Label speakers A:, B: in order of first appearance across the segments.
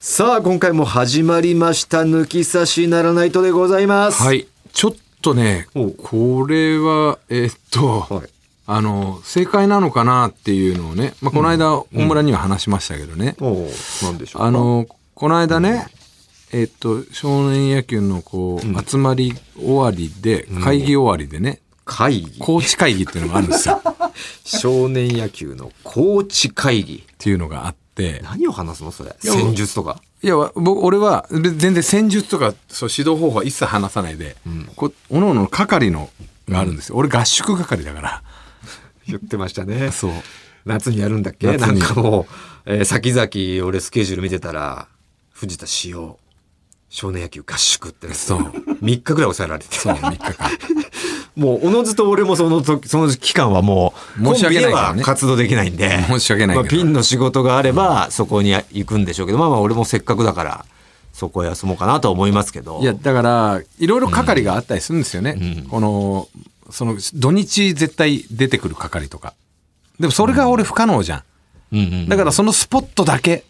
A: さあ、今回も始まりました。抜き差しならないとでございます。
B: はい。ちょっとね、
A: おう
B: これは、えーっと、
A: はい
B: あの、正解なのかなっていうのをね、まあ、この間、大村には話しましたけどね、
A: おうなんでしょうか。
B: あ、の、この間ね、えーっと、少年野球のこう、集まり終わりで、会議終わりでね、
A: 会議。
B: コーチ会議っていうのがあるんですよ。 っ
A: 少年野球のコーチ会議。
B: ていうのがあって、
A: 何を話すのそれ。
B: やもう
A: 戦術とか。
B: いや、わ僕、俺は、べ全然戦術とか、そう、指導方法は一切話さないで、こう、おのおの係のがあるんですよ。俺、合宿係だから。
A: 言ってましたね。
B: そう。
A: 夏にやるんだっけ
B: 夏
A: なん
B: に
A: かもう、えー先々俺スケジュール見てたら、藤田使用、少年野球合宿ってね
B: そう。
A: 3日ぐらい抑えられて
B: そう、3日間。
A: もう、おのずと俺もその時、その期間はもう、
B: 申し訳ないからね
A: コンビでは活動できないんで。
B: 申し訳ないけど
A: まあピンの仕事があれば、そこに行くんでしょうけど、まあまあ俺もせっかくだから、そこへ休もうかなとは思いますけど。
B: いや、だから、いろいろ係があったりするんですよね。この、その、土日絶対出てくる係とか。でも、それが俺不可能じゃ
A: う
B: ん。
A: んうん、
B: だから、そのスポットだけ。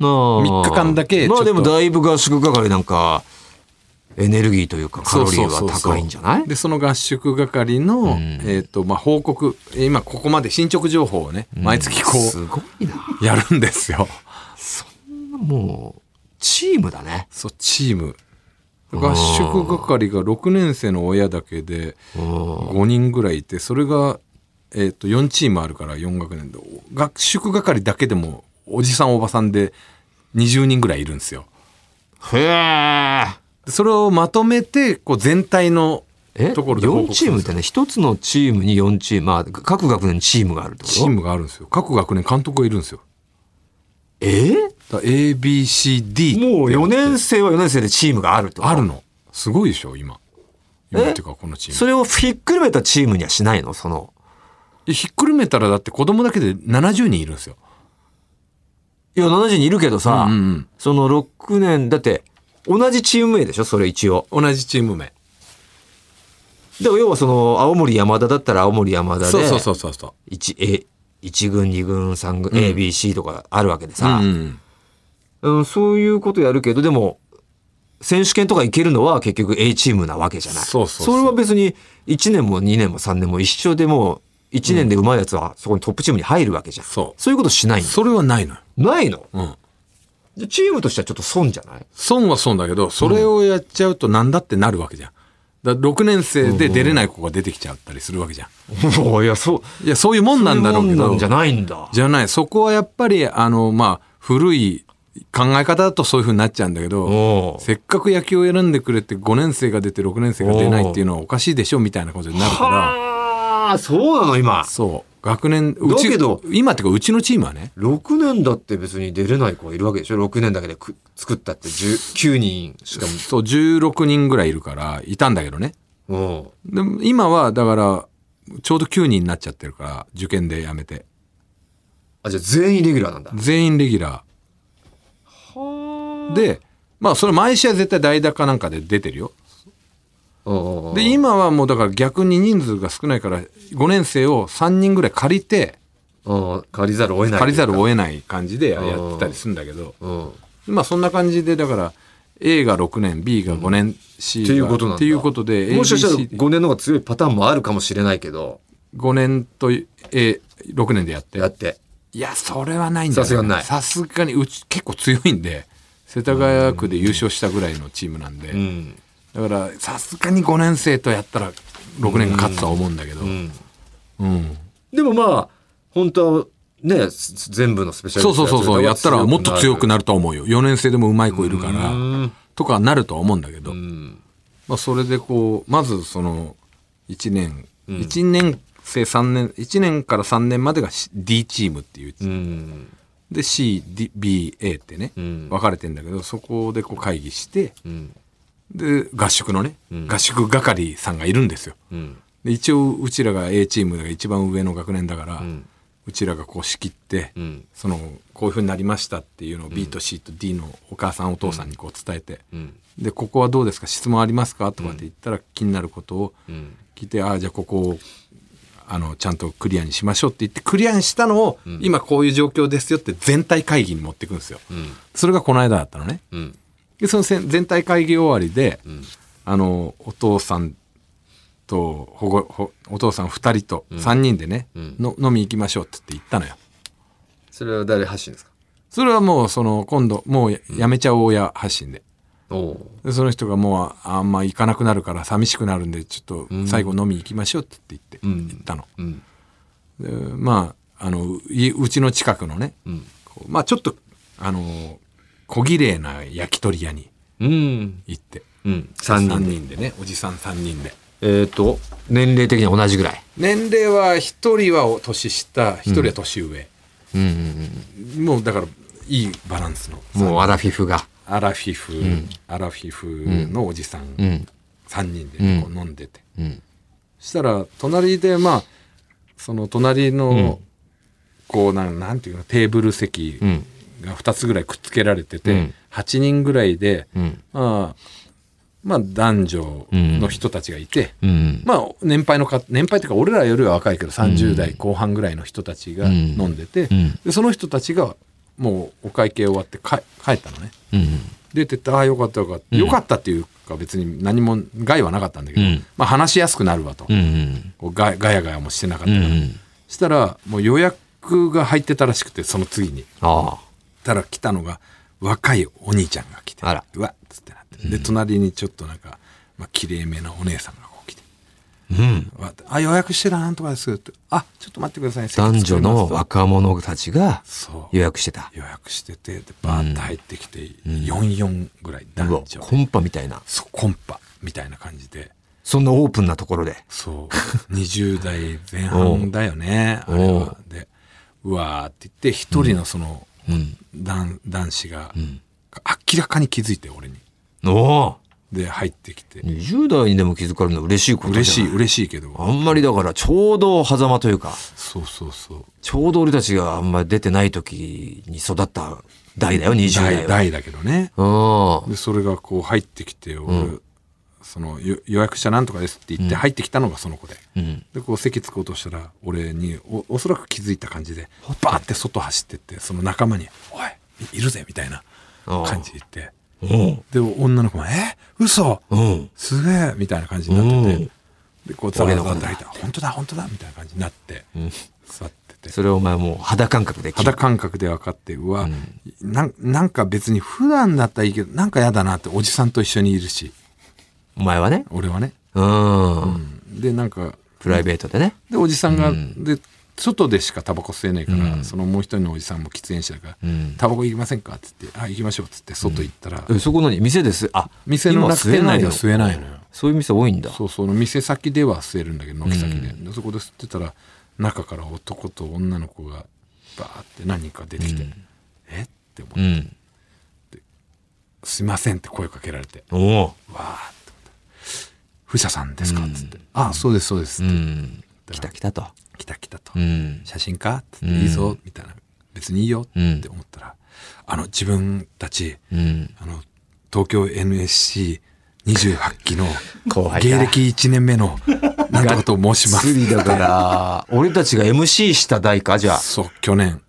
A: 3
B: 3日間だけ
A: ま
B: ち
A: あ
B: ょっ
A: で
B: と
A: もだいぶ合宿係なんか、エネルギーというかカロリーは
B: そうそうそうそう
A: 高いんじゃない
B: で、その合宿係の、えっ、と、まあ、報告、えー今ここまで進捗情報をね、毎月こ
A: す
B: う、
A: ごいな。
B: やるんですよ。
A: もう、チームだね。
B: そう、チーム。合宿係が6年生の親だけで5人ぐらいいてそれが、えっと4チームあるから4学年でお合宿係だけでもおじさんおばさんで20人ぐらいいるんですよ。
A: へえ。
B: でそれをまとめてこう全体の
A: え、
B: ところで報
A: 4
B: 告す
A: チ
B: る
A: ー
B: ん
A: ムっ
B: ですよ
A: てね、一つのチームに4チーム、まあ、各学年にチームがあるってこと
B: チームがあるんですよ各学年監督がいるんですよ。
A: え
B: だから ABCD
A: もう4年生は4年生でチームがあるってこと
B: あるのすごいでしょ今。今っていうかこのチーム。
A: それをひっくるめたチームにはしないのその。
B: でひっくるめたらだって子供だけで70人いるんですよ。
A: いや、70人いるけどさ、
B: うんうんうん
A: その6年、だって、同じチーム名でしょそれ一応。
B: 同じチーム名。
A: でも要はその、青森山田だったら青森山田で、
B: そうそうそうそうそう。
A: 1、A、一軍、2軍、3軍、ABC とかあるわけでさ、
B: うん
A: うん、そういうことやるけど、でも、選手権とか行けるのは結局 A チームなわけじゃない。
B: そうそうそう
A: れは別に1年も2年も3年も一緒でもう、1年で上手いやつはそこにトップチームに入るわけじゃん。
B: そう
A: いうことしないの
B: それはないのよ。
A: ないの
B: うん。
A: じゃチームとしてはちょっと損じゃない
B: 損は損だけど、それをやっちゃうとなんだってなるわけじゃん。だから6年生で出れない子が出てきちゃったりするわけじゃん。
A: いや、そう。
B: いや、そういうもんなんだろうけ
A: そういうもんな
B: ど。
A: んじゃないんだ。
B: じゃない。そこはやっぱり、あの、まあ、古い考え方だとそういうふうになっちゃうんだけ
A: お
B: ど
A: う、
B: せっかく野球を選んでくれて5年生が出て6年生が出ないっていうのはおかしいでしょみたいなことになるから、
A: はあ、そうなの今。
B: そう。学年、うち
A: だけど、
B: 今っていうかうちのチームはね、
A: 6年だって別に出れない子がいるわけでしょ ?6 年だけでく作ったって9人しか
B: そう、16人ぐらいいるから、いたんだけどね。
A: も。
B: でも今はだからちょうど9人になっちゃってるから受験でやめて
A: あ、じゃあ全員レギュラーなんだ。
B: 全員レギュラーでまあそれ毎試合絶対代打かなんかで出てるよで
A: で、
B: 今はもうだから逆に人数が少ないから5年生を3人ぐらい借りて
A: うん借りざるを得ない。
B: 借りざるを
A: 得
B: 得ない感じでや
A: ん
B: やってたりするんだけど
A: うん。
B: まあそんな感じでだから A が6年 B が5年 C
A: っ
B: が
A: ていうことなんだ。
B: っていうことで
A: もしかしたら
B: ABC
A: 5年の方が強いパターンもあるかもしれないけど、
B: 5年と A6 年でやって
A: やって。
B: いや、それはないんだよ
A: さすがにない
B: さすがに、うち結構強いんで、世田谷区で優勝したぐらいのチームなんで、
A: うん。
B: だから、さすがに5年生とやったら、6年が勝つとは思うんだけど、うん。
A: でもまあ、本当は、ね、す全部のスペシャリ
B: そう
A: スト
B: そうそうそう、やったらもっと強く
A: な
B: なるとは思うよ。4年生でもうまい子いるか
A: う
B: ら
A: ん、
B: とかなるとは思うんだけど、
A: うん。
B: まあ、それでこう、まずその、1年、一年生3年、1年から3年までが D チームっていう、
A: うん。
B: で C、D、B、A ってね、
A: ん
B: 分かれてんだけど、そこでこう会議して、
A: うん。
B: で合宿のね、合宿係さんがいるんですよ
A: うん。
B: で一応うちらが A チームが一番上の学年だから、うんちらがこう仕切って、
A: うん
B: そのこういうふうになりましたっていうのを B と C と D のお母さんお父さんにこう伝えて、
A: ん
B: でここはどうですか質問ありますかとかって言ったら気になることを
A: ん
B: 聞いて、ああじゃあここをあのちゃんとクリアにしましょうって言ってクリアにしたのを、
A: ん
B: 今こういう状況ですよって全体会議に持っていくんですよ。
A: うん
B: それがこの間だったのね。
A: うん
B: でそのせん全体会議終わりで、
A: ん
B: あのお父さんと保護ほお父さん2人と3人でね、
A: うん
B: の飲み行きましょうって言って行ったのよ。
A: それは誰発信ですか
B: それはもうその今度もうややめちゃおう親発信で。
A: おお
B: でその人がもうああんま行かなくなるから寂しくなるんでちょっと最後飲み行きましょうって言って、
A: うん
B: 行ったの。
A: うん
B: でまああのいうちの近くのね、
A: うん
B: こうまあちょっとあの小綺麗な焼き鳥屋に
A: うん
B: 行って
A: うん三
B: 3
A: 人
B: 人でねおじさん3人で
A: えっと年齢的には同じぐらい
B: 年齢は1人は年下1人は年上、
A: うんうん
B: もうだからいいバランスの
A: うんもうアラフィフが
B: アラフィフ、アラフィフのおじさ
A: うんん
B: 3人でこう飲んでて、
A: うん
B: そしたら隣でまあその隣の、こうなんなんていうのテーブル席
A: うん
B: が2つぐらいくっつけられてて、
A: うん
B: 8人ぐらいで、
A: うん
B: まあ、まあ男女の人たちがいて、
A: うん
B: まあ年配のか年配というか俺らよりは若いけど30代後半ぐらいの人たちが
A: うん
B: 飲んでて、
A: うん
B: でその人たちがもうお会計終わってか帰ったのね
A: うん
B: 出てってああよかったよかったよかったっていうか別に何も害はなかったんだけど、
A: うん
B: まあ話しやすくなるわと、
A: うん
B: こうガガヤガヤもしてなかっ
A: う
B: たから、
A: ん
B: したらもう予約が入ってたらしくてその次に
A: あ
B: たら来たのが若いお兄ちゃんが来て
A: あら
B: うわっつってなってで隣にちょっとなんか、まあ綺麗めなお姉さんがこう来て
A: あうん
B: わあ予約してたなんとかですってあちょっと待ってください席
A: 男女の
B: 作りますと
A: 若者たちが
B: そう
A: 予約してた
B: 予約しててでバーッと入ってきて、44ぐらいう
A: わ
B: 男女
A: コンパみたいな
B: そうコンパみたいな感じで
A: そんなオープンなところで
B: そう 20代前半だよねあれ
A: お
B: は
A: う
B: でうわーって言って一人のその、
A: うん
B: 男男子が、
A: ん
B: 明らかに気づいて俺に
A: お
B: で入ってきて、
A: 20代にでも気づかれるのは嬉しいことじゃない
B: 嬉しい嬉しいけど
A: あんまりだからちょうど狭間というか
B: そうそうそう
A: ちょうど俺たちがあんまり出てない時に育った代だよ20代
B: 代
A: は
B: 代だけどね
A: うん
B: でそれがこう入ってきて俺、そのよ予約したなんとかですって言って入ってきたのがその子で、
A: うん
B: でこう席着こうとしたら俺におおそらく気づいた感じでバーって外走ってってその仲間に「おいいいるぜ」みたいな感じで言って
A: うん
B: で女の子が「え嘘
A: うん
B: すげえ!」みたいな感じになってて、
A: うん
B: でこうザワ
A: 俺の
B: ザワ
A: こと
B: と
A: だ
B: 入った「本当だ本当だ」みたいな感じになって、座ってて
A: それをお前もう肌感覚で聞い
B: 肌感覚で分かってうわ、なん、なんか別に普段だったらいいけどなんか嫌だなっておじさんと一緒にいるし
A: お前はね
B: 俺はね、
A: うん
B: うんでなんか
A: プライベートでね
B: でおじさんが、で外でしかタバコ吸えないから、そのもう一人のおじさんも喫煙者だから「
A: うん
B: タバコ行きませんか?」っつって「あ行きましょう」っつって外行ったら、
A: えそこ何店ですあ
B: 店の
A: 今
B: 楽天内では
A: 吸
B: 吸
A: え
B: え
A: な
B: ないい
A: の
B: のよ
A: そういう店多いんだ
B: そうその店先では吸えるんだけど軒先で,、でそこで吸ってたら中から男と女の子がバーって何人か出てきて「えっ?」て思って
A: うん
B: 「すいません」って声かけられて
A: おお
B: 「わーって思って「富士さんですか?」っつって「あそうですそうです」
A: う
B: って
A: ん来た来たと
B: 「来た来た」と
A: うん
B: 写真か?」って言って「いいぞ」みたいな「別にいいよ」って思ったら「あの自分たち
A: うん
B: あの東京 NSC28 期の
A: 後輩
B: 芸
A: だ
B: 歴1年目のなんとかと申します」
A: スリだから俺たちが MC した代かじゃあ
B: そう去年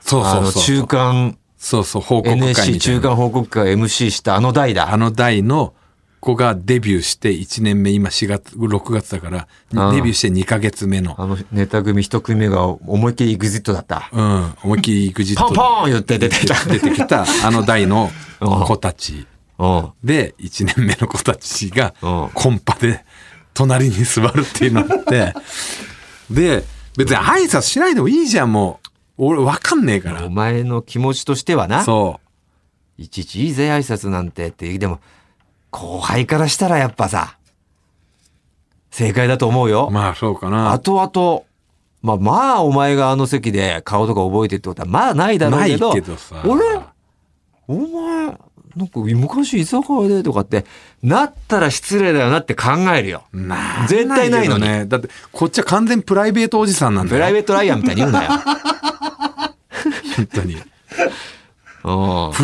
B: そう
A: あ
B: そう
A: の
B: そう
A: 中間
B: そうそう報告会みたい
A: NSC
B: な
A: 中間報告会 MC したあの代だ
B: あの代の子がデビューして1年目今4月6月だから
A: うん
B: デビューして2ヶ月目の
A: あのネタ組一組目が思いっきりエグジットだった。
B: うん思いっきり EXIT
A: ポンポン言って出てきた。
B: 出て きたあの代の子たち
A: うん。
B: で、1年目の子たちが
A: うん
B: コンパで隣に座るっていうのがあ って、で、別に挨拶しないでもいいじゃん、もう。俺わかんねえか
A: お
B: ら。
A: 前の気持ちとしてはな、
B: そ
A: いちいちいいぜ挨拶なんてって、でも、後輩からしたらやっぱさ、正解だと思う
B: う。
A: よ。
B: まあそうかな。
A: 後々、まあまあお前があの席で顔とか覚えてってことはまあないだろう
B: な
A: け
B: い
A: ど、
B: けどさ。
A: 俺、お前、なんか昔居酒屋でとかって、なったら失礼だよなって考えるよ。
B: な
A: 絶対ないのに
B: よね。だって、こっちは完全プライベートおじさんなん
A: プ
B: だ
A: ライ
B: よ。
A: ベートライアンみたいに言う なよ。
B: 本当に。
A: うん
B: プ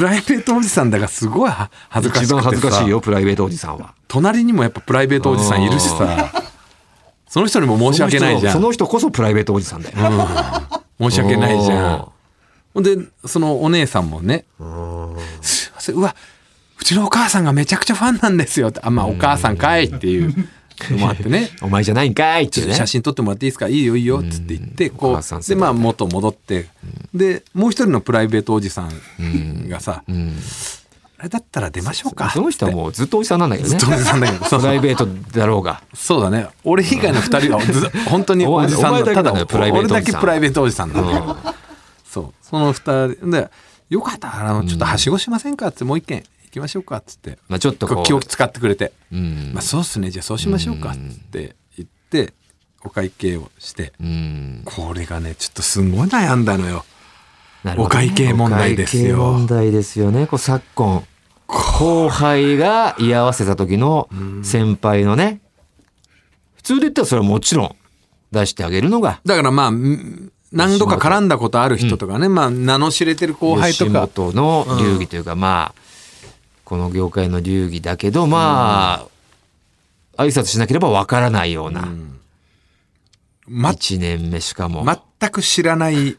B: ライベートおじさんだがすごいは恥ずかしくて
A: 一
B: さ
A: 番恥ずかしい。よ、プライベートおじさんは。
B: 隣にもやっぱプライベートおじさんいるしさ。その人にも申し訳ないじゃ
A: そ
B: ん。
A: の人その人こそプライベートおじさんだよ。
B: 申し訳ないじゃん。ほんで、そのお姉さんもね、すいません、うわ、うちのお母さんがめちゃくちゃファンなんですよって、あ、まあお母さんかいっていうのもあってね。
A: お前じゃないん かいって
B: ち
A: い
B: ょっ
A: う
B: と
A: ね。
B: 写真撮ってもらっていいですかいいよいいよっつって言って
A: お
B: こ
A: 母さん
B: う
A: 世
B: で
A: 代
B: まあ元戻ってでもう一人のプライベートおじさんがさ
A: ん
B: あれだったら出ましょうか
A: その人は
B: う
A: もうずっとおじさんなんだけど ね。
B: おじさんだけどそう
A: プライベートだろうが。
B: そうだね俺以外の二人はず本当におじさん
A: お前お前だけ
B: た
A: だね
B: だ
A: プライベー
B: 俺
A: トお
B: だ
A: じさ
B: け
A: ん
B: プライベートおじさんなんだよそうその二人で「よかったらあのちょっとはしごしませんか」っつって「もう一軒行きましょうか」っつって
A: まあちょっとこう
B: 気を使ってくれて。
A: うん
B: まあ、そうっすねじゃあそうしましょうかって言ってお会計をして
A: うん。
B: これがねちょっとすごい悩んだのよ
A: なるほど
B: お会計問題ですよ
A: お会計問題ですよね。こう昨今。後輩が居合わせた時の先輩のね。普通で言ったらそれはもちろん出してあげるのが。
B: だからまあん何度か絡んだことある人とかね、まあ名の知れてる後輩と
A: 吉
B: か
A: 本の流儀というか、まあこの業界の流儀だけどまあ、挨拶しなければわからないような、
B: ま
A: 1年目しかも、
B: 全く知らない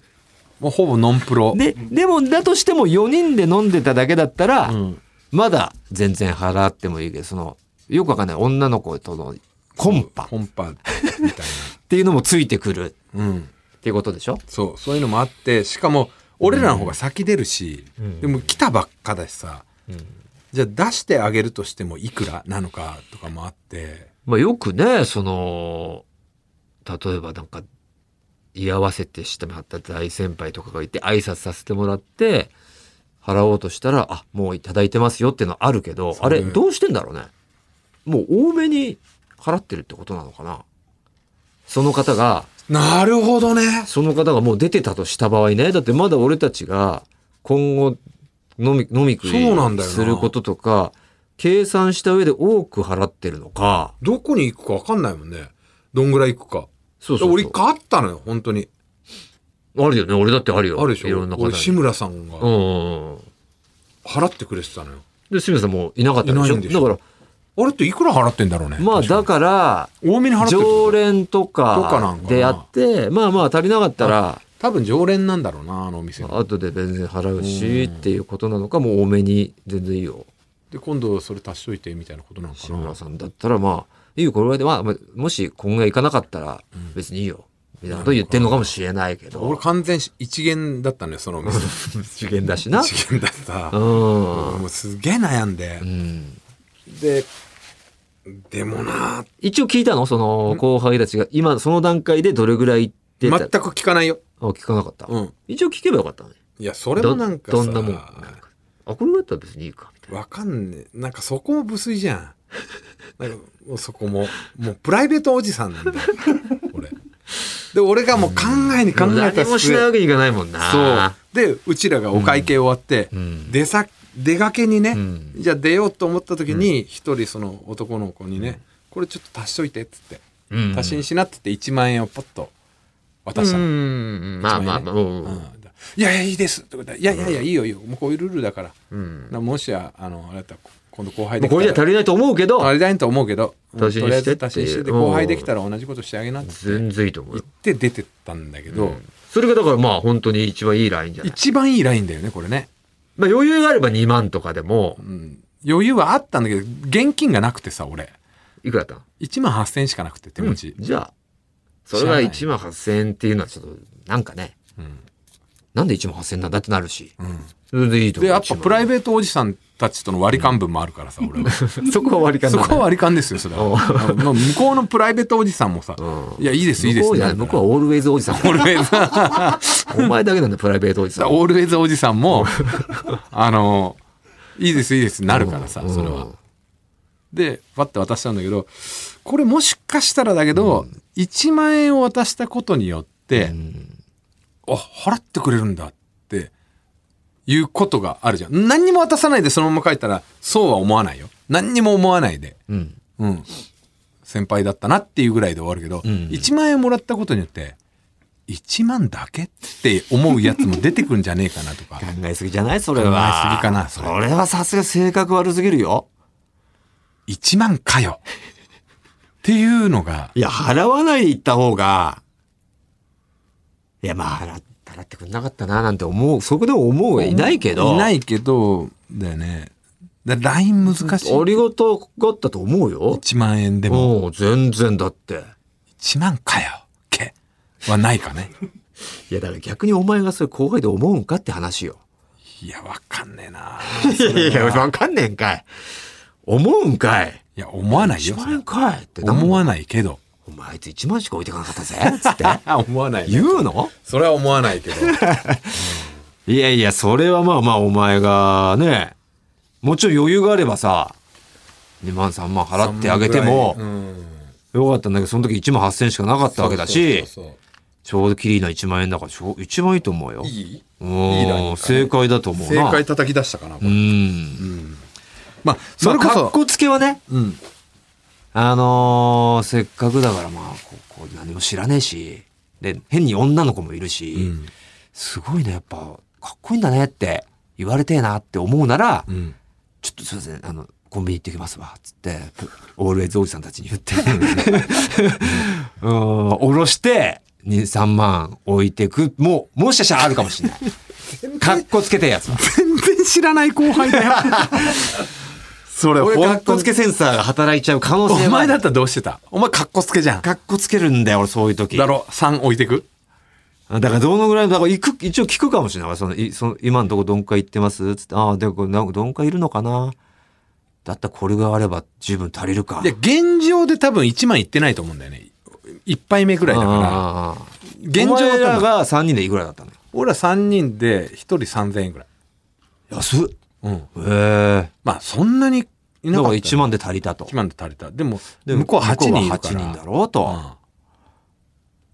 B: もうほぼノンプロ
A: ででもだとしても4人で飲んでただけだったら、
B: ん
A: まだ全然払ってもいいけどそのよくわかんない女の子とのコンパっ
B: コンパみたい
A: ていうのもついてくる
B: な、うん、
A: っていうことでしょ
B: そうそういうのもあってしかも俺らの方が先出るし、でも来たばっかだしさ、じゃあ出してあげるとしてもいくらなのかとかもあって
A: まあ、よくねその例えばなんか居合わせてしてもらった大先輩とかがいて挨拶させてもらって払おうとしたらあもういただいてますよっていうのはあるけど
B: そ
A: あ
B: れ
A: れどうしてんだろうねもう多めに払ってるってことなのかなその方が
B: なるほどね
A: その方がもう出てたとした場合ねだってまだ俺たちが今後飲み飲み食
B: そうなんだ
A: い
B: よな
A: することとか計算した上で多く払ってるのか
B: どこに行くか分かんないもんねどんぐらい行くか
A: そうそうそう
B: 俺一回あったのよ本当に
A: あるよね。俺だってあるよ。
B: あるでし
A: い
B: ょ
A: ろんな方
B: 俺
A: に。
B: 志村さん
A: う
B: が
A: んうんうん。
B: 払ってくれてたのよ
A: で、清水さんもういなかったでし
B: いない
A: ょ。
B: んでしょ
A: だか
B: あれっていくら払ってんだろうね
A: ら、まあだから、
B: 多めに払ってる
A: 常連と
B: とかな
A: か
B: んかな
A: でやって、まあまあ足りなかったら、
B: 多分常連なんだろうなあのお店
A: 後で全然払うしっていうことなのか、もう多めに全然いいよ。
B: で今度それ足しといてみたいなことなのか
A: 志
B: な
A: 村さんだったら、まあ、いいよ、これぐらいで、まあ、まあもし今後行かなかったら、別にいいよ。みたいなこと言ってんのかもしれないけ
B: 俺
A: ど。
B: 完全一元だったのよそのお店
A: 次元だし な。
B: 一元だった
A: うん。
B: もうすげえ悩んで
A: うん。
B: ででもな
A: 一応聞いたのその後輩たちが今その段階でどれぐらい行って
B: 全
A: た
B: く聞かないよ
A: あ聞かなかった、
B: うん
A: 一応聞けばよかったね
B: いやそれもなんかさ
A: どどんなもんなんかあこれだったら別にいいかみたいな
B: わかんねえ。なんかそこも無粋じゃん。なんかもうそこも、もうプライベートおじさんなんだよ。俺。で、俺がもう考えに考えた
A: 何もしないわけにいかないもんな
B: そう。で、うちらがお会計終わって、
A: うん
B: 出さ、出かけにね、
A: ん
B: じゃあ出ようと思った時に、一人その男の子にね、これちょっと足しといてっつって、
A: うん
B: 足しにしなって言って1万円をポッと渡
A: う
B: したの。
A: んまあまあまあうん
B: うんいやいやいいですってことでいやいやいやいいよいいよもうこういうルールだから、
A: ん
B: なもしやあのあなた今度後輩
A: も
B: で
A: うこれじゃ足りないと思うけど
B: ありたいと思うけど、うんと
A: 足し
B: り
A: に
B: あえ
A: し
B: ず
A: てって
B: 足しにしてて
A: うん
B: 後輩できたら同じことしてあげなって
A: 全然いいと思う
B: 言
A: よ
B: って出てったんだけど、
A: それがだからまあ本当に一番いいラインじゃない、
B: 一番いいラインだよね、これね。
A: まあ、余裕があれば2万とかでも
B: うん余裕はあったんだけど、現金がなくてさ、俺。
A: いくらだった
B: 1万8000円しかなくて、手持ち。
A: じゃあそれが1万8000円っていうのはちょっとなんかね、なんで1万8000円なんだってなるし、それでいいと
B: で、
A: 思う
B: やっぱプライ
A: ベ
B: ベートおじさんたちとの割り勘分もあるからさ、俺は。
A: ートそこは割り勘
B: そ
A: だね
B: こは割り勘ですよ、それは。あの向こうのプライベートおじさんもさ、いや、いいです、いいで
A: 向こ
B: す
A: うじゃない
B: な
A: 向
B: んか
A: こうはオールウェイズおじ さん
B: オールウェイズ
A: お前だけなんだプライベートおじさん
B: オールウェイズおじさんも、あの、いいです、いいです、なるからさ、それは。で、パッて渡したんだけど、これもしかしたらだけど、1万円を渡したことによって、あ、払ってくれるんだって、いうことがあるじゃん。何にも渡さないでそのまま帰ったら、そうは思わないよ。何にも思わないで。
A: うん
B: うん。先輩だったなっていうぐらいで終わるけど、
A: ん
B: 1万円もらったことによって、1万だけって思うやつも出てくるんじゃねえかな とか
A: 考。えすぎじゃないそれは
B: 考えすぎかなそ
A: そ
B: れ
A: れはさすが性格悪すぎるよ
B: 1万かよ。ていうのが、
A: いや、払わないで行った方が、いや、まあ、払っ払ってくれなかったな、なんて思う、そこでも思うはいないけど、
B: いないけど、だよね。だ LINE 難しい。
A: ありがたかったと思うよ。
B: 1万円でも、
A: もう、全然だって。
B: 1万かよ、けはないか ね。
A: いや、だから逆にお前がそれ後輩で思うんかって話よ。
B: いや、わかんねえな。
A: いやいや、わかんねえんかい。思うんかい。
B: いや、思わない
A: 一
B: よ。
A: 万円かいって。
B: 思わないけど。
A: お前あいつ一万しか置いてかなか ったぜ。つって。
B: 思わない
A: 言うの
B: それは思わないけど。
A: いやいや、それはまあまあお前がね、もちろん余裕があればさ、2万3万払ってあげても
B: う、ん。
A: よかったんだけど、その時1万8000円しかなかったわけだし、
B: そうそうそう
A: ちょうどキリーナ1万円だから、ちょう一番いいと思うよ。
B: そうい
A: うん
B: いいラインだね
A: 正解だと思う
B: 正
A: な。
B: 解叩き出したかな。こ
A: う
B: れ
A: ん。
B: まあ、
A: そ
B: そ
A: れ
B: れ
A: こ
B: こ
A: そ。
B: そ、
A: 格好つけはね、
B: うん。
A: あのーせっかくだからまあ、ここ何も知らねえし、で、変に女の子もいるし、
B: うん
A: すごいね、やっぱ、かっこいいんだねって言われてえなって思うなら、
B: うん。
A: ちょっとすいません、あの、コンビニ行ってきますわ、つって、オールエイズおじさんたちに言って、うん、おろして、2、3万置いてく、もう、もしかしたらあるかもしれ ない。かっこつけてえやつは。
B: 全然知らない後輩だ よ。それ、
A: 俺、かっこつ
B: け。
A: けセンサーが働いちゃう可能性はある
B: お前だったらどうしてたお前かっこつけじゃん。
A: かっこつけるんだよ、俺、そういう時。
B: だろ ?3 置いてく
A: だからどのぐらい、だから行く、一応聞くかもしれない。その、いその今のとこどんかい行ってますつって、ああ、でも、なんかどんかいるのかなだったらこれがあれば十分足りるか。
B: いや、現状で多分1万いってないと思うんだよね。1杯目ぐらいだから。
A: ああ
B: 現
A: お
B: 状
A: 前ら
B: は多分、
A: が3人でいくらだったのよ
B: 俺ら3人で1人3000円ぐらい。
A: 安っ。
B: うん。
A: ええ。
B: まあ、そんなにい
A: だ
B: な
A: か
B: からった。
A: 1万で足りたと
B: 1。万で足りた。でも、
A: で
B: 向こうは8人いる
A: 向
B: か
A: こ
B: ら。
A: うは8人だろうと。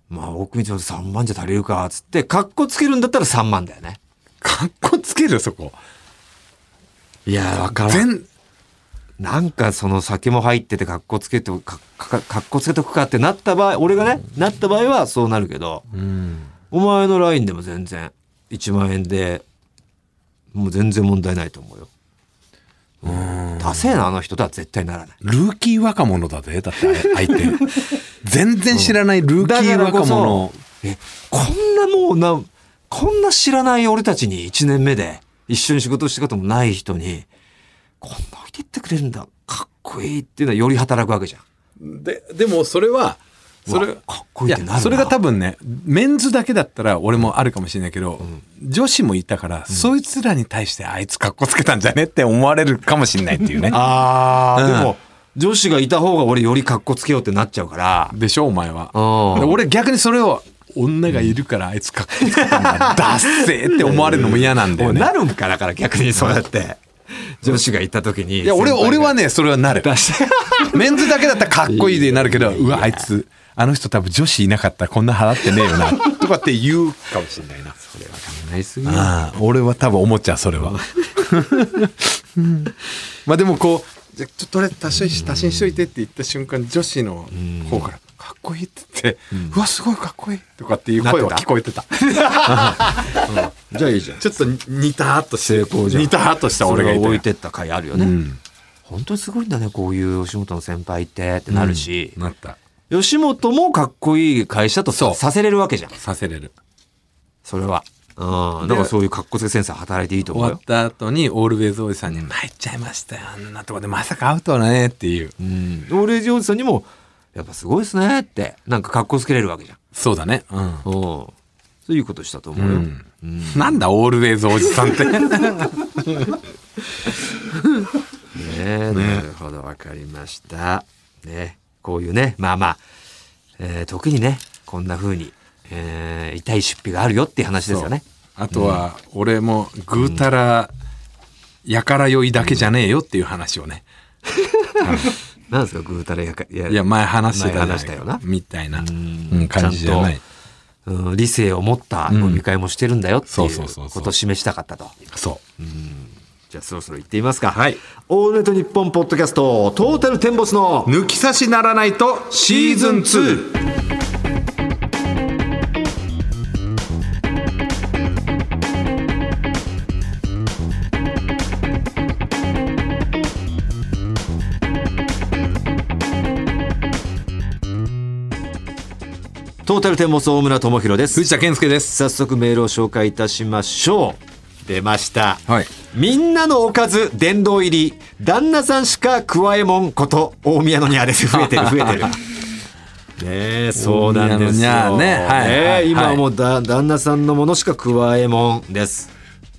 A: まあ、奥道は3万じゃ足りるか、つって、格好つけるんだったら3万だよね。
B: かっこつけるそこ。
A: いや、わからん。
B: 全、
A: なんかその酒も入ってて格好つけて、か、か、格好つけとくかってなった場合、俺がね、なった場合はそうなるけど、
B: うん。
A: お前のラインでも全然、1万円で、もう全然問題ないと思うよ。
B: うん。
A: ダセえな、あの人とは絶対ならない。
B: ルーキー若者だぜ。だってあれ、相 手。全然知らないルーキ
A: だ
B: ー
A: から
B: 若
A: こ
B: 者
A: そ。、え、こんなもうな、こんな知らない俺たちに1年目で一緒に仕事したこともない人に、こんな置いてってくれるんだ、かっこいいっていうのはより働くわけじゃん。
B: で、でもそれは、それ
A: うわ、かっこいいってなるな。
B: それが多分ねメンズだけだったら俺もあるかもしれないけど、女子もいたから、そいつらに対してあいつかっこつけたんじゃねって思われるかもしれないっていうね
A: あー、
B: うん
A: でも、女子がいた方が俺よりかっこつけようってなっちゃうから。
B: でしょお前は
A: うん
B: で俺逆にそれを女がいるからあいつかっこつけたんだ、ダッセーって思われるのも嫌なんだよ
A: もう
B: ね
A: なるんかだから逆にそうやって。女子がいた時に。
B: いや俺
A: 先輩が
B: 俺はねそれはなる
A: 出して。
B: メンズだけだったらかっこいいでなるけどうわあいつあの人多分女子いなかったらこんな払ってねえよなとかって言うかもしれないな
A: それは考えすぎよ
B: ああ俺は多分思っちゃうそれは まあでもこうじゃあちょっととりあえず足し足しにしといてって言った瞬間女子の方から「かっこいい」って言って「うわすごいかっこいい」とかっていう声は
A: なってた
B: 聞こえてた
A: じゃあいいじゃん。
B: ちょっとにたーっとして
A: 成功じゃん
B: にたーっとした
A: そ
B: 俺が
A: れ
B: い
A: を
B: たよ
A: 置いてった回あるよね。
B: うん
A: 本当にすごいんだね、こういう吉本の先輩ってってなるし、
B: なった
A: 吉本もかっこいい会社と
B: そう
A: させれるわけじゃん。
B: させれる
A: それは。うん。
B: で
A: だからそういうかっこつけセンサー働いていいと
B: 終
A: 思う
B: わ
A: よ
B: っ。た後にオールウェイズおじさんに「参っちゃいましたよあんなとこでまさか会うとはね」っていう
A: うん。で俺、ジョージさんにも、やっぱすごいですねって、なんかかっこつけれるわけじゃん。
B: そうだねうん
A: うん。そういうことしたと思うよ。
B: うんなんだオールウェイズおじさ んって
A: ねなるほど、わかりました。ね、こういうね、まあまあ、えー時にね、こんな風に、えー痛い出費があるよっていう話ですよね。
B: あとは俺もぐうたらやから酔いだけじゃねえよっていう話をね、
A: なんですか、ぐうたらやか、いや
B: いや前話してたじゃない
A: 前話したよな
B: みたいな、
A: ん
B: うん感じじゃな
A: ち
B: い
A: うん理性を持った飲み会もしてるんだよって
B: そ
A: いう
B: そうそう
A: う
B: そう
A: ことを示したかったと。
B: そう
A: じゃあそろそろ行ってみますか。はい。オールネット日本ポッドキャスト、トータルテンボスの
B: 抜き差しならないとシーズン 2!
A: 「トータルテンボス大村智弘です
B: 藤田健介です。
A: 早速メールを紹介いたしましょう出ました
B: はい。
A: みんなのおかず殿堂入り旦那さんしか食わえもんこと大宮のニャーです増えてる増えて るねえそうなんですよ
B: 大宮のニャーねはい
A: え
B: はい
A: 今はもうだ旦那さんのものしか食わえもんです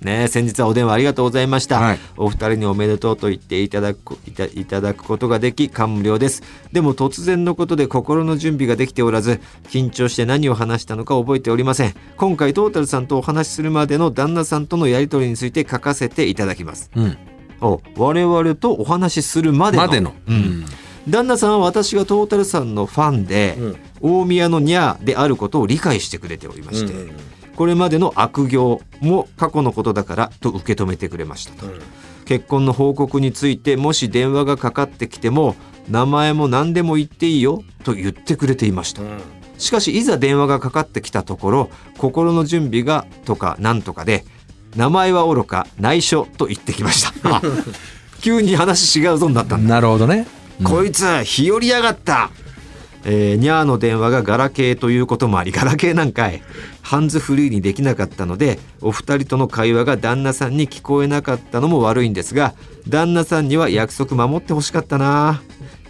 A: ねえ先日はお電話ありがとうございました、
B: はい
A: お二人におめでとうと言っていただくいたいただくことができ感無量ですでも突然のことで心の準備ができておらず緊張して何を話したのか覚えておりません今回トータルさんとお話しするまでの旦那さんとのやり取りについて書かせていただきます
B: うん。
A: お我々とお話しするまでの
B: までの。
A: うん旦那さんは私がトータルさんのファンで、大宮のニャーであることを理解してくれておりまして、
B: うん
A: これまでの悪行も過去のことだからと受け止めてくれましたと、
B: うん
A: 結婚の報告についてもし電話がかかってきても名前も何でも言っていいよと言ってくれていました、しかしいざ電話がかかってきたところ心の準備がとかなんとかで名前はおろか内緒と言ってきましたあ急に話違うぞになったんだ
B: なるほどね。
A: こいつ日和りやがった、えーニャーの電話がガラケーということもありガラケーなんかいハンズフリーにできなかったのでお二人との会話が旦那さんに聞こえなかったのも悪いんですが旦那さんには約束守ってほしかったな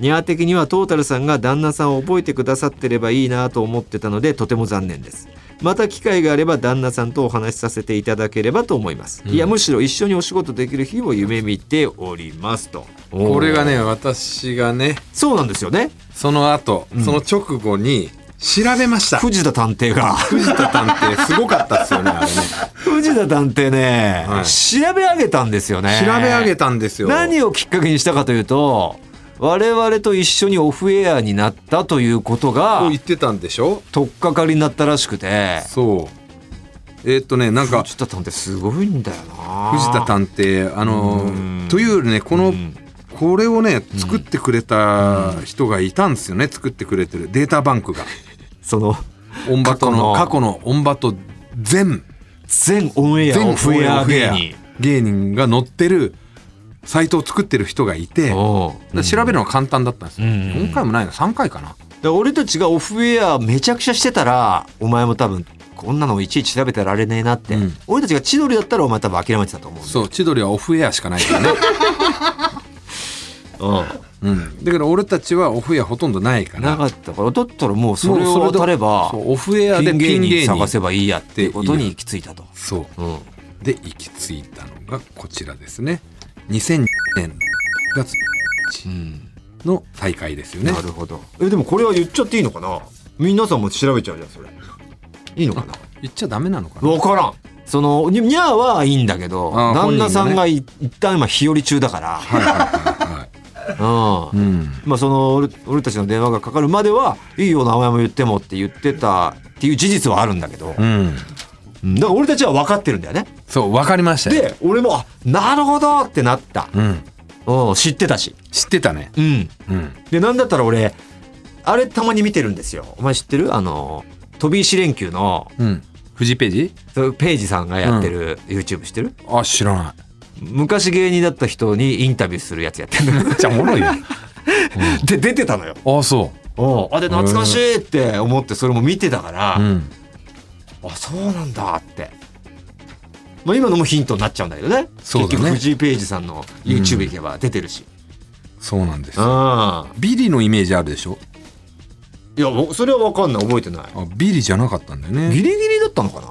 A: ニャー的にはトータルさんが旦那さんを覚えてくださってればいいなと思ってたのでとても残念ですまた機会があれば旦那さんとお話しさせていただければと思います、いやむしろ一緒にお仕事できる日を夢見ておりますと
B: これがね、私がね、
A: そうなんですよね
B: その後、その直後に、調べました。
A: 藤田探偵 が
B: 藤田探偵、すごかったっすよね、あれね。
A: 藤田探偵ね、
B: はい
A: 調べ上げたんですよね
B: 調べ上げたんですよ。
A: 何をきっかけにしたかというと我々と一緒にオフエアになったということが
B: を言ってたんでしょ
A: 取っかかりになったらしくて
B: そう。えーっとね、なんか、
A: 藤田探偵すごいんだよな
B: 藤田探偵あの
A: うん
B: というよりねこ
A: う
B: の、
A: ん
B: これをね作ってくれた人がいたんですよね作ってくれてるデータバンク が
A: その
B: オンバトの
A: 過
B: 過
A: 去
B: 去のオンバト全
A: 全オンエア
B: 全
A: オフエア芸人
B: 芸人が載ってるサイトを作ってる人がいて
A: おう
B: で調べるのが簡単だったんですよ、
A: うんうん
B: 4回もないの3回かな
A: で俺たちがオフエアめちゃくちゃしてたらお前も多分こんなのいちいち調べてられねえなって、
B: うん
A: 俺たちが千鳥だったらお前多分諦めてたと思うんだよ
B: そう千鳥はオフエアしかないからね、うん、だから俺たちはオフエアほとんどないか
A: な
B: ら
A: かったからだったらもうそれ
B: もう
A: を
B: それで
A: 当たれば
B: そうオフエア
A: ピ
B: で
A: ン
B: ピ
A: 芸
B: ン芸
A: 人
B: 人
A: 探せばいいやっていうことに行き着いたと。
B: そう
A: うん
B: で行き着いたのがこちらですね2000年月
A: うん
B: の大会ですよね
A: なるほど。えでもこれは言っちゃっていいのかな皆さんも調べちゃうじゃんそれ。いいのかな
B: 言っちゃダメなのかな
A: 分からん。そのににゃーはいいんだけど
B: あー
A: 旦那さんが
B: 本
A: い一旦今日和中だから、
B: はいはいはいはい
A: うん
B: うん
A: まあ、その俺俺たちの電話がかかるまではいいよ名前も言ってもって言ってたっていう事実はあるんだけど、
B: うん
A: うんだから俺たちは分かってるんだよね。
B: そう分かりましたよ
A: で俺もあなるほどってなった、
B: うん
A: うん、知ってたし。
B: 知ってたね
A: うん
B: うん
A: でなんだったら俺あれたまに見てるんですよお前知ってるあの飛び石連休の
B: うんフジページ
A: そうページさんがやってる YouTube 知ってる
B: あ知らな
A: 昔芸人だった人にインタビューするやつやってる
B: いじゃあおもろい よ
A: で出てたのよ
B: あそ
A: おあで懐かしいって思ってそれも見てたから、
B: ううん
A: あそうなんだって、まあ、今のもヒントになっちゃうんだけどね
B: そうだね
A: 結局藤井ページさんの YouTube 行けば出てるし、
B: そうなんです
A: ああ
B: ビリのイメージあるでしょ
A: いや僕それは分かんない覚えてない
B: あビリじゃなかったんだよ
A: ギリギ
B: ね
A: リだったのかな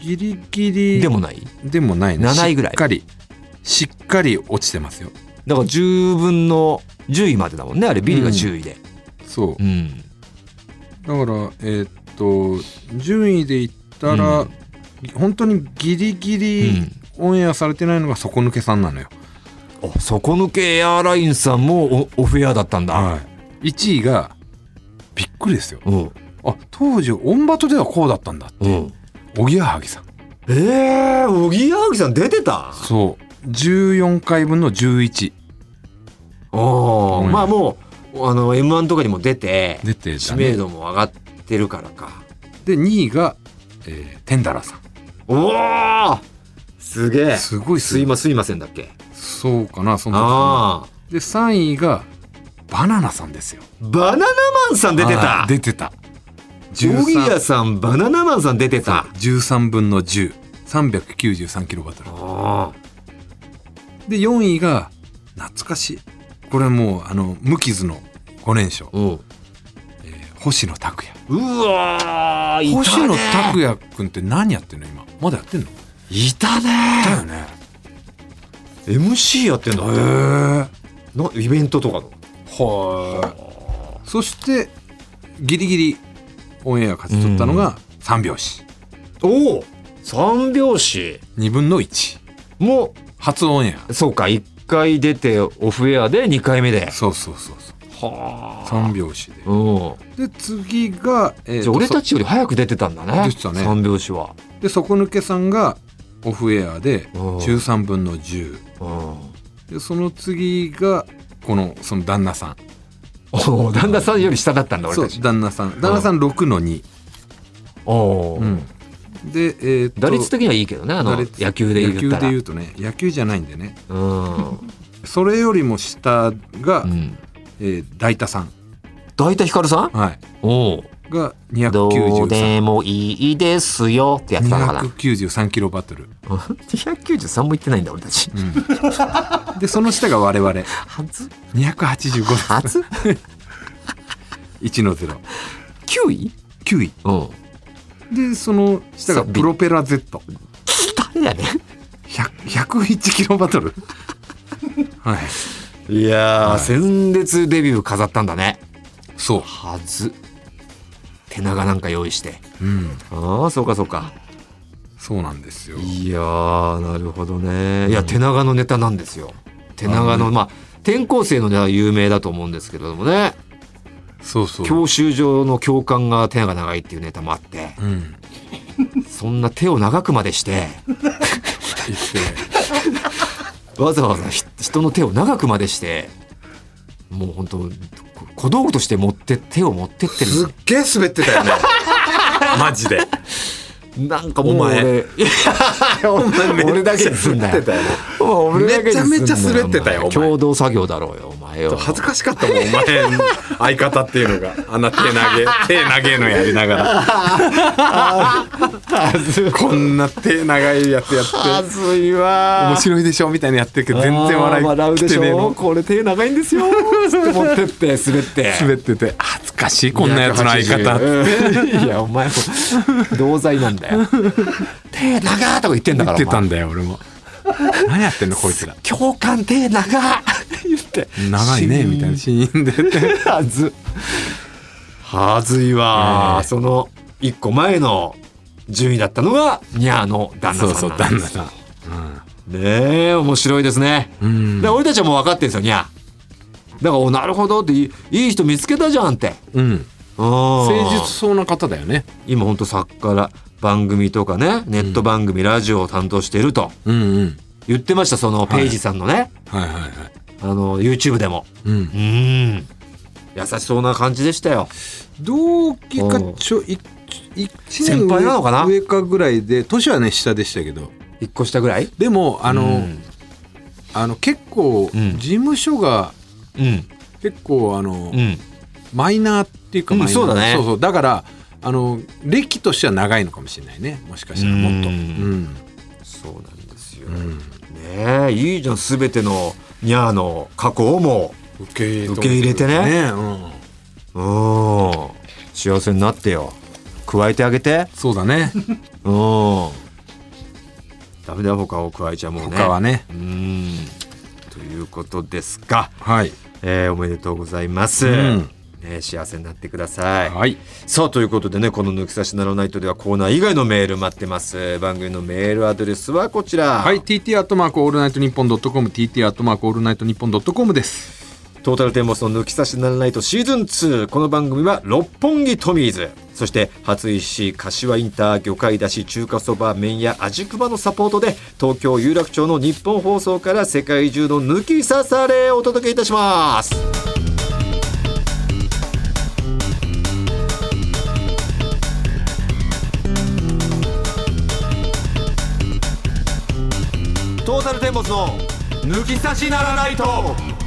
B: ギリギリ
A: でもない
B: でもないね
A: 7位ぐらい
B: しっかりしっかり落ちてますよ
A: だから10分の10位までだもんねあれビリが10位で、
B: そ
A: う
B: う
A: ん
B: だからえーっと順位で言ったら、
A: うん
B: 本当にギリギリオンエアされてないのが底抜けさんなのよ、
A: あ底抜けエアラインさんもおオフェアだったんだ、
B: はい、1位がびっくりですよ
A: うん
B: あ当時オンバトではこうだったんだって
A: うん
B: おぎやはぎさん
A: ええー、おぎやはぎさん出てたあ
B: そう14回分の11
A: あ、
B: うん
A: まあもうあの m 1とかにも出て
B: 出て
A: 知
B: た、
A: 名
B: ね、
A: 度も上がってるからか
B: で2位が、えー、テンダラーさん
A: おおすげえす
B: すごい
A: いませんすいませんだっけ
B: そうかなそんな
A: ああ
B: で3位がバナナさんですよ
A: バナナマンさん出て
B: は
A: た
B: い出てた
A: ジョギアさんバナナマンさん出てた
B: 13分の10。393キロバトル。
A: あ
B: で、4位が、懐かしい。これもう、あの、無傷の5連勝
A: あ。うん
B: えー星野拓也。
A: うわーいたね
B: 星野拓也くんって何やってんの今。まだやってんの
A: いた
B: だよ
A: ね
B: ね。
A: MC やってん
B: へ
A: だ
B: ー。
A: なイベントとかの
B: はい。そして、ギリギリオンエア勝ち取ったのが3拍子。
A: おお三拍子
B: 2分の1。
A: も
B: 初オンエア。
A: そうか一回出てオフエアで二回目で
B: そうそうそうそう。
A: は
B: 3拍子で。
A: うん
B: で、次が、えー
A: じゃ
B: と
A: あ俺たちより早く出てたんだね
B: 出てたね
A: 三拍子は
B: そで、底抜けさんがオフエアで
A: うん
B: 13分の10。
A: うん
B: で、その次が、この、その旦那さん。
A: おお旦那さんより下だったんだ俺
B: そ
A: た
B: う、
A: ち
B: 旦那さん。旦那さん6の2。
A: おお
B: うん。で、えーと
A: 打率的にはいいけどねあの
B: 打率
A: 野球で
B: 野
A: 言
B: 球
A: った
B: で
A: ら
B: 言うとね、野球じゃないんでね。
A: うん
B: それよりも下が、
A: うん
B: えー大田さん、
A: 大体ヒカルさん
B: はい、
A: おお
B: が
A: どう
B: 293
A: でもいいですよってやってたのかな。
B: 293キロバトル、
A: 293も言ってないんだ俺たち。
B: うん、でその下が我々
A: 初
B: 285
A: 初
B: 1の0
A: ?9 位
B: 9位
A: うん。
B: でその下が
A: さ
B: プロペラ Z101
A: 誰やね
B: キロバトル はい
A: いや
B: はい
A: 鮮烈デビュー飾ったんだね。
B: そ
A: はず。手長なんか用意して。
B: う、うん、
A: ああ、そうかそうか。
B: そうなんですよ
A: いやー、なるほどね。いや、
B: うん
A: 手長のネタなんですよ。手長
B: あ
A: の、まあ、転校生のネタは有名だと思うんですけれどもね。
B: そうそう、
A: 教習所の教官が手長長いっていうネタもあって、
B: うん、言って
A: そんな手を長くまでして、わざわざひ人の手を長くまでしてもう本当こ小道具として持って手を持ってって
B: すっ
A: る
B: げえ滑ってたよね マジで
A: なんかもう
B: お前
A: 俺い や俺俺だけにすんな
B: 滑っ
A: よ
B: てたよね
A: もう俺だけにすんなよ
B: めちゃめちゃ滑ってたよ
A: お前
B: お前
A: 共同作業だろうよお前よ
B: 恥ずかしかったもんお前相方っていうのがあんな手投 げ手投げのやりなが ら
A: 恥ず
B: こんな手長いやつやって
A: 恥ずいわ
B: 面白いでしょみたいなのやってるけど全然笑い
A: あー笑うで
B: 来
A: して
B: ねえ
A: ょ
B: の
A: これ手長いんですよつって持ってって滑って
B: 滑ってて恥ずかしいこんなやつの相方
A: 方いやお前も同罪なん だよ手長とか言ってんだから
B: 言って
A: お前
B: たんだよ俺も何やってんのこいつら
A: 教官手長言って
B: 長いねみたいなシーン で
A: はずはずいわ、
B: ええ
A: その一個前の順位だったのがニャーの旦
B: そ
A: 那
B: う
A: さ
B: そ
A: ん
B: う
A: なんで
B: 旦那
A: す
B: さん
A: ねえ面白いですね、
B: うん
A: で俺たちはもう分かってるんですよニャーだからおなるほどっていいいい人見つけたじゃんって
B: うん誠
A: 誠
B: 実そうな方だよね
A: 今ほんと作家ら番組とかねネット番組、ラジオを担当していると
B: うんうん
A: 言ってましたそのページさんのね、
B: はいはいはい
A: あの YouTube でも
B: うん
A: うん優しそうな感じでしたよ
B: 同期か
A: うん
B: ちょい一年
A: 先輩なのかな
B: 上上かぐらいで年はね下でしたけど
A: 一個下ぐらい
B: でもあの,、
A: うん
B: あの結構
A: うん
B: 事務所が
A: うん
B: 結構あの、
A: うん
B: マイナーっていうか
A: うん
B: マイナー、
A: そうだね
B: そうそうだからあの歴としては長いのかもしれないねもしかしたらもっと
A: う
B: うんん、
A: そうなんですよ、
B: う
A: ね
B: ん、
A: えいいじゃん全てのニャーの過去をも
B: 受け入れ
A: 受け入れてね
B: うん、
A: ううん幸せになってよ加えてあげて
B: そうだね
A: うんダメだよ他を加えちゃもうね
B: 他はね
A: うんということですか、
B: はい、
A: えーおめでとうございます、
B: うん
A: ね、幸せになってください
B: はい、
A: さあということでねこの「抜き差しならないと」ではコーナー以外のメール待ってます番組のメールアドレスはこちら
B: はい、TT アットマークオールナイトニッポンドットコム TT アットマークオールナイトニッポンドットコムです
A: トータルテンボスの抜き差しならないとシーズン2。この番組は六本木トミーズ。そして、初石、柏インター、魚介だし、中華そば、麺屋、味熊のサポートで、東京有楽町の日本放送から世界中の抜き差されをお届けいたします。トータルテンボスの抜き差しならないと。